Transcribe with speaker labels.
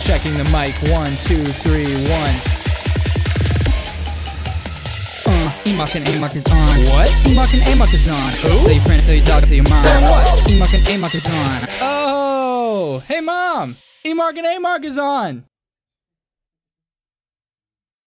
Speaker 1: Checking the mic. One, two, three, one.
Speaker 2: Uh, Emuck and Amuck is on.
Speaker 1: What?
Speaker 2: Emuck and Amuck is on.
Speaker 1: Who?
Speaker 2: Tell your friends, tell your dog, tell your mom.
Speaker 1: Tell 'em what?
Speaker 2: Emuck and Amuck is on.
Speaker 1: Oh, hey mom. E Mark and A Mark is on.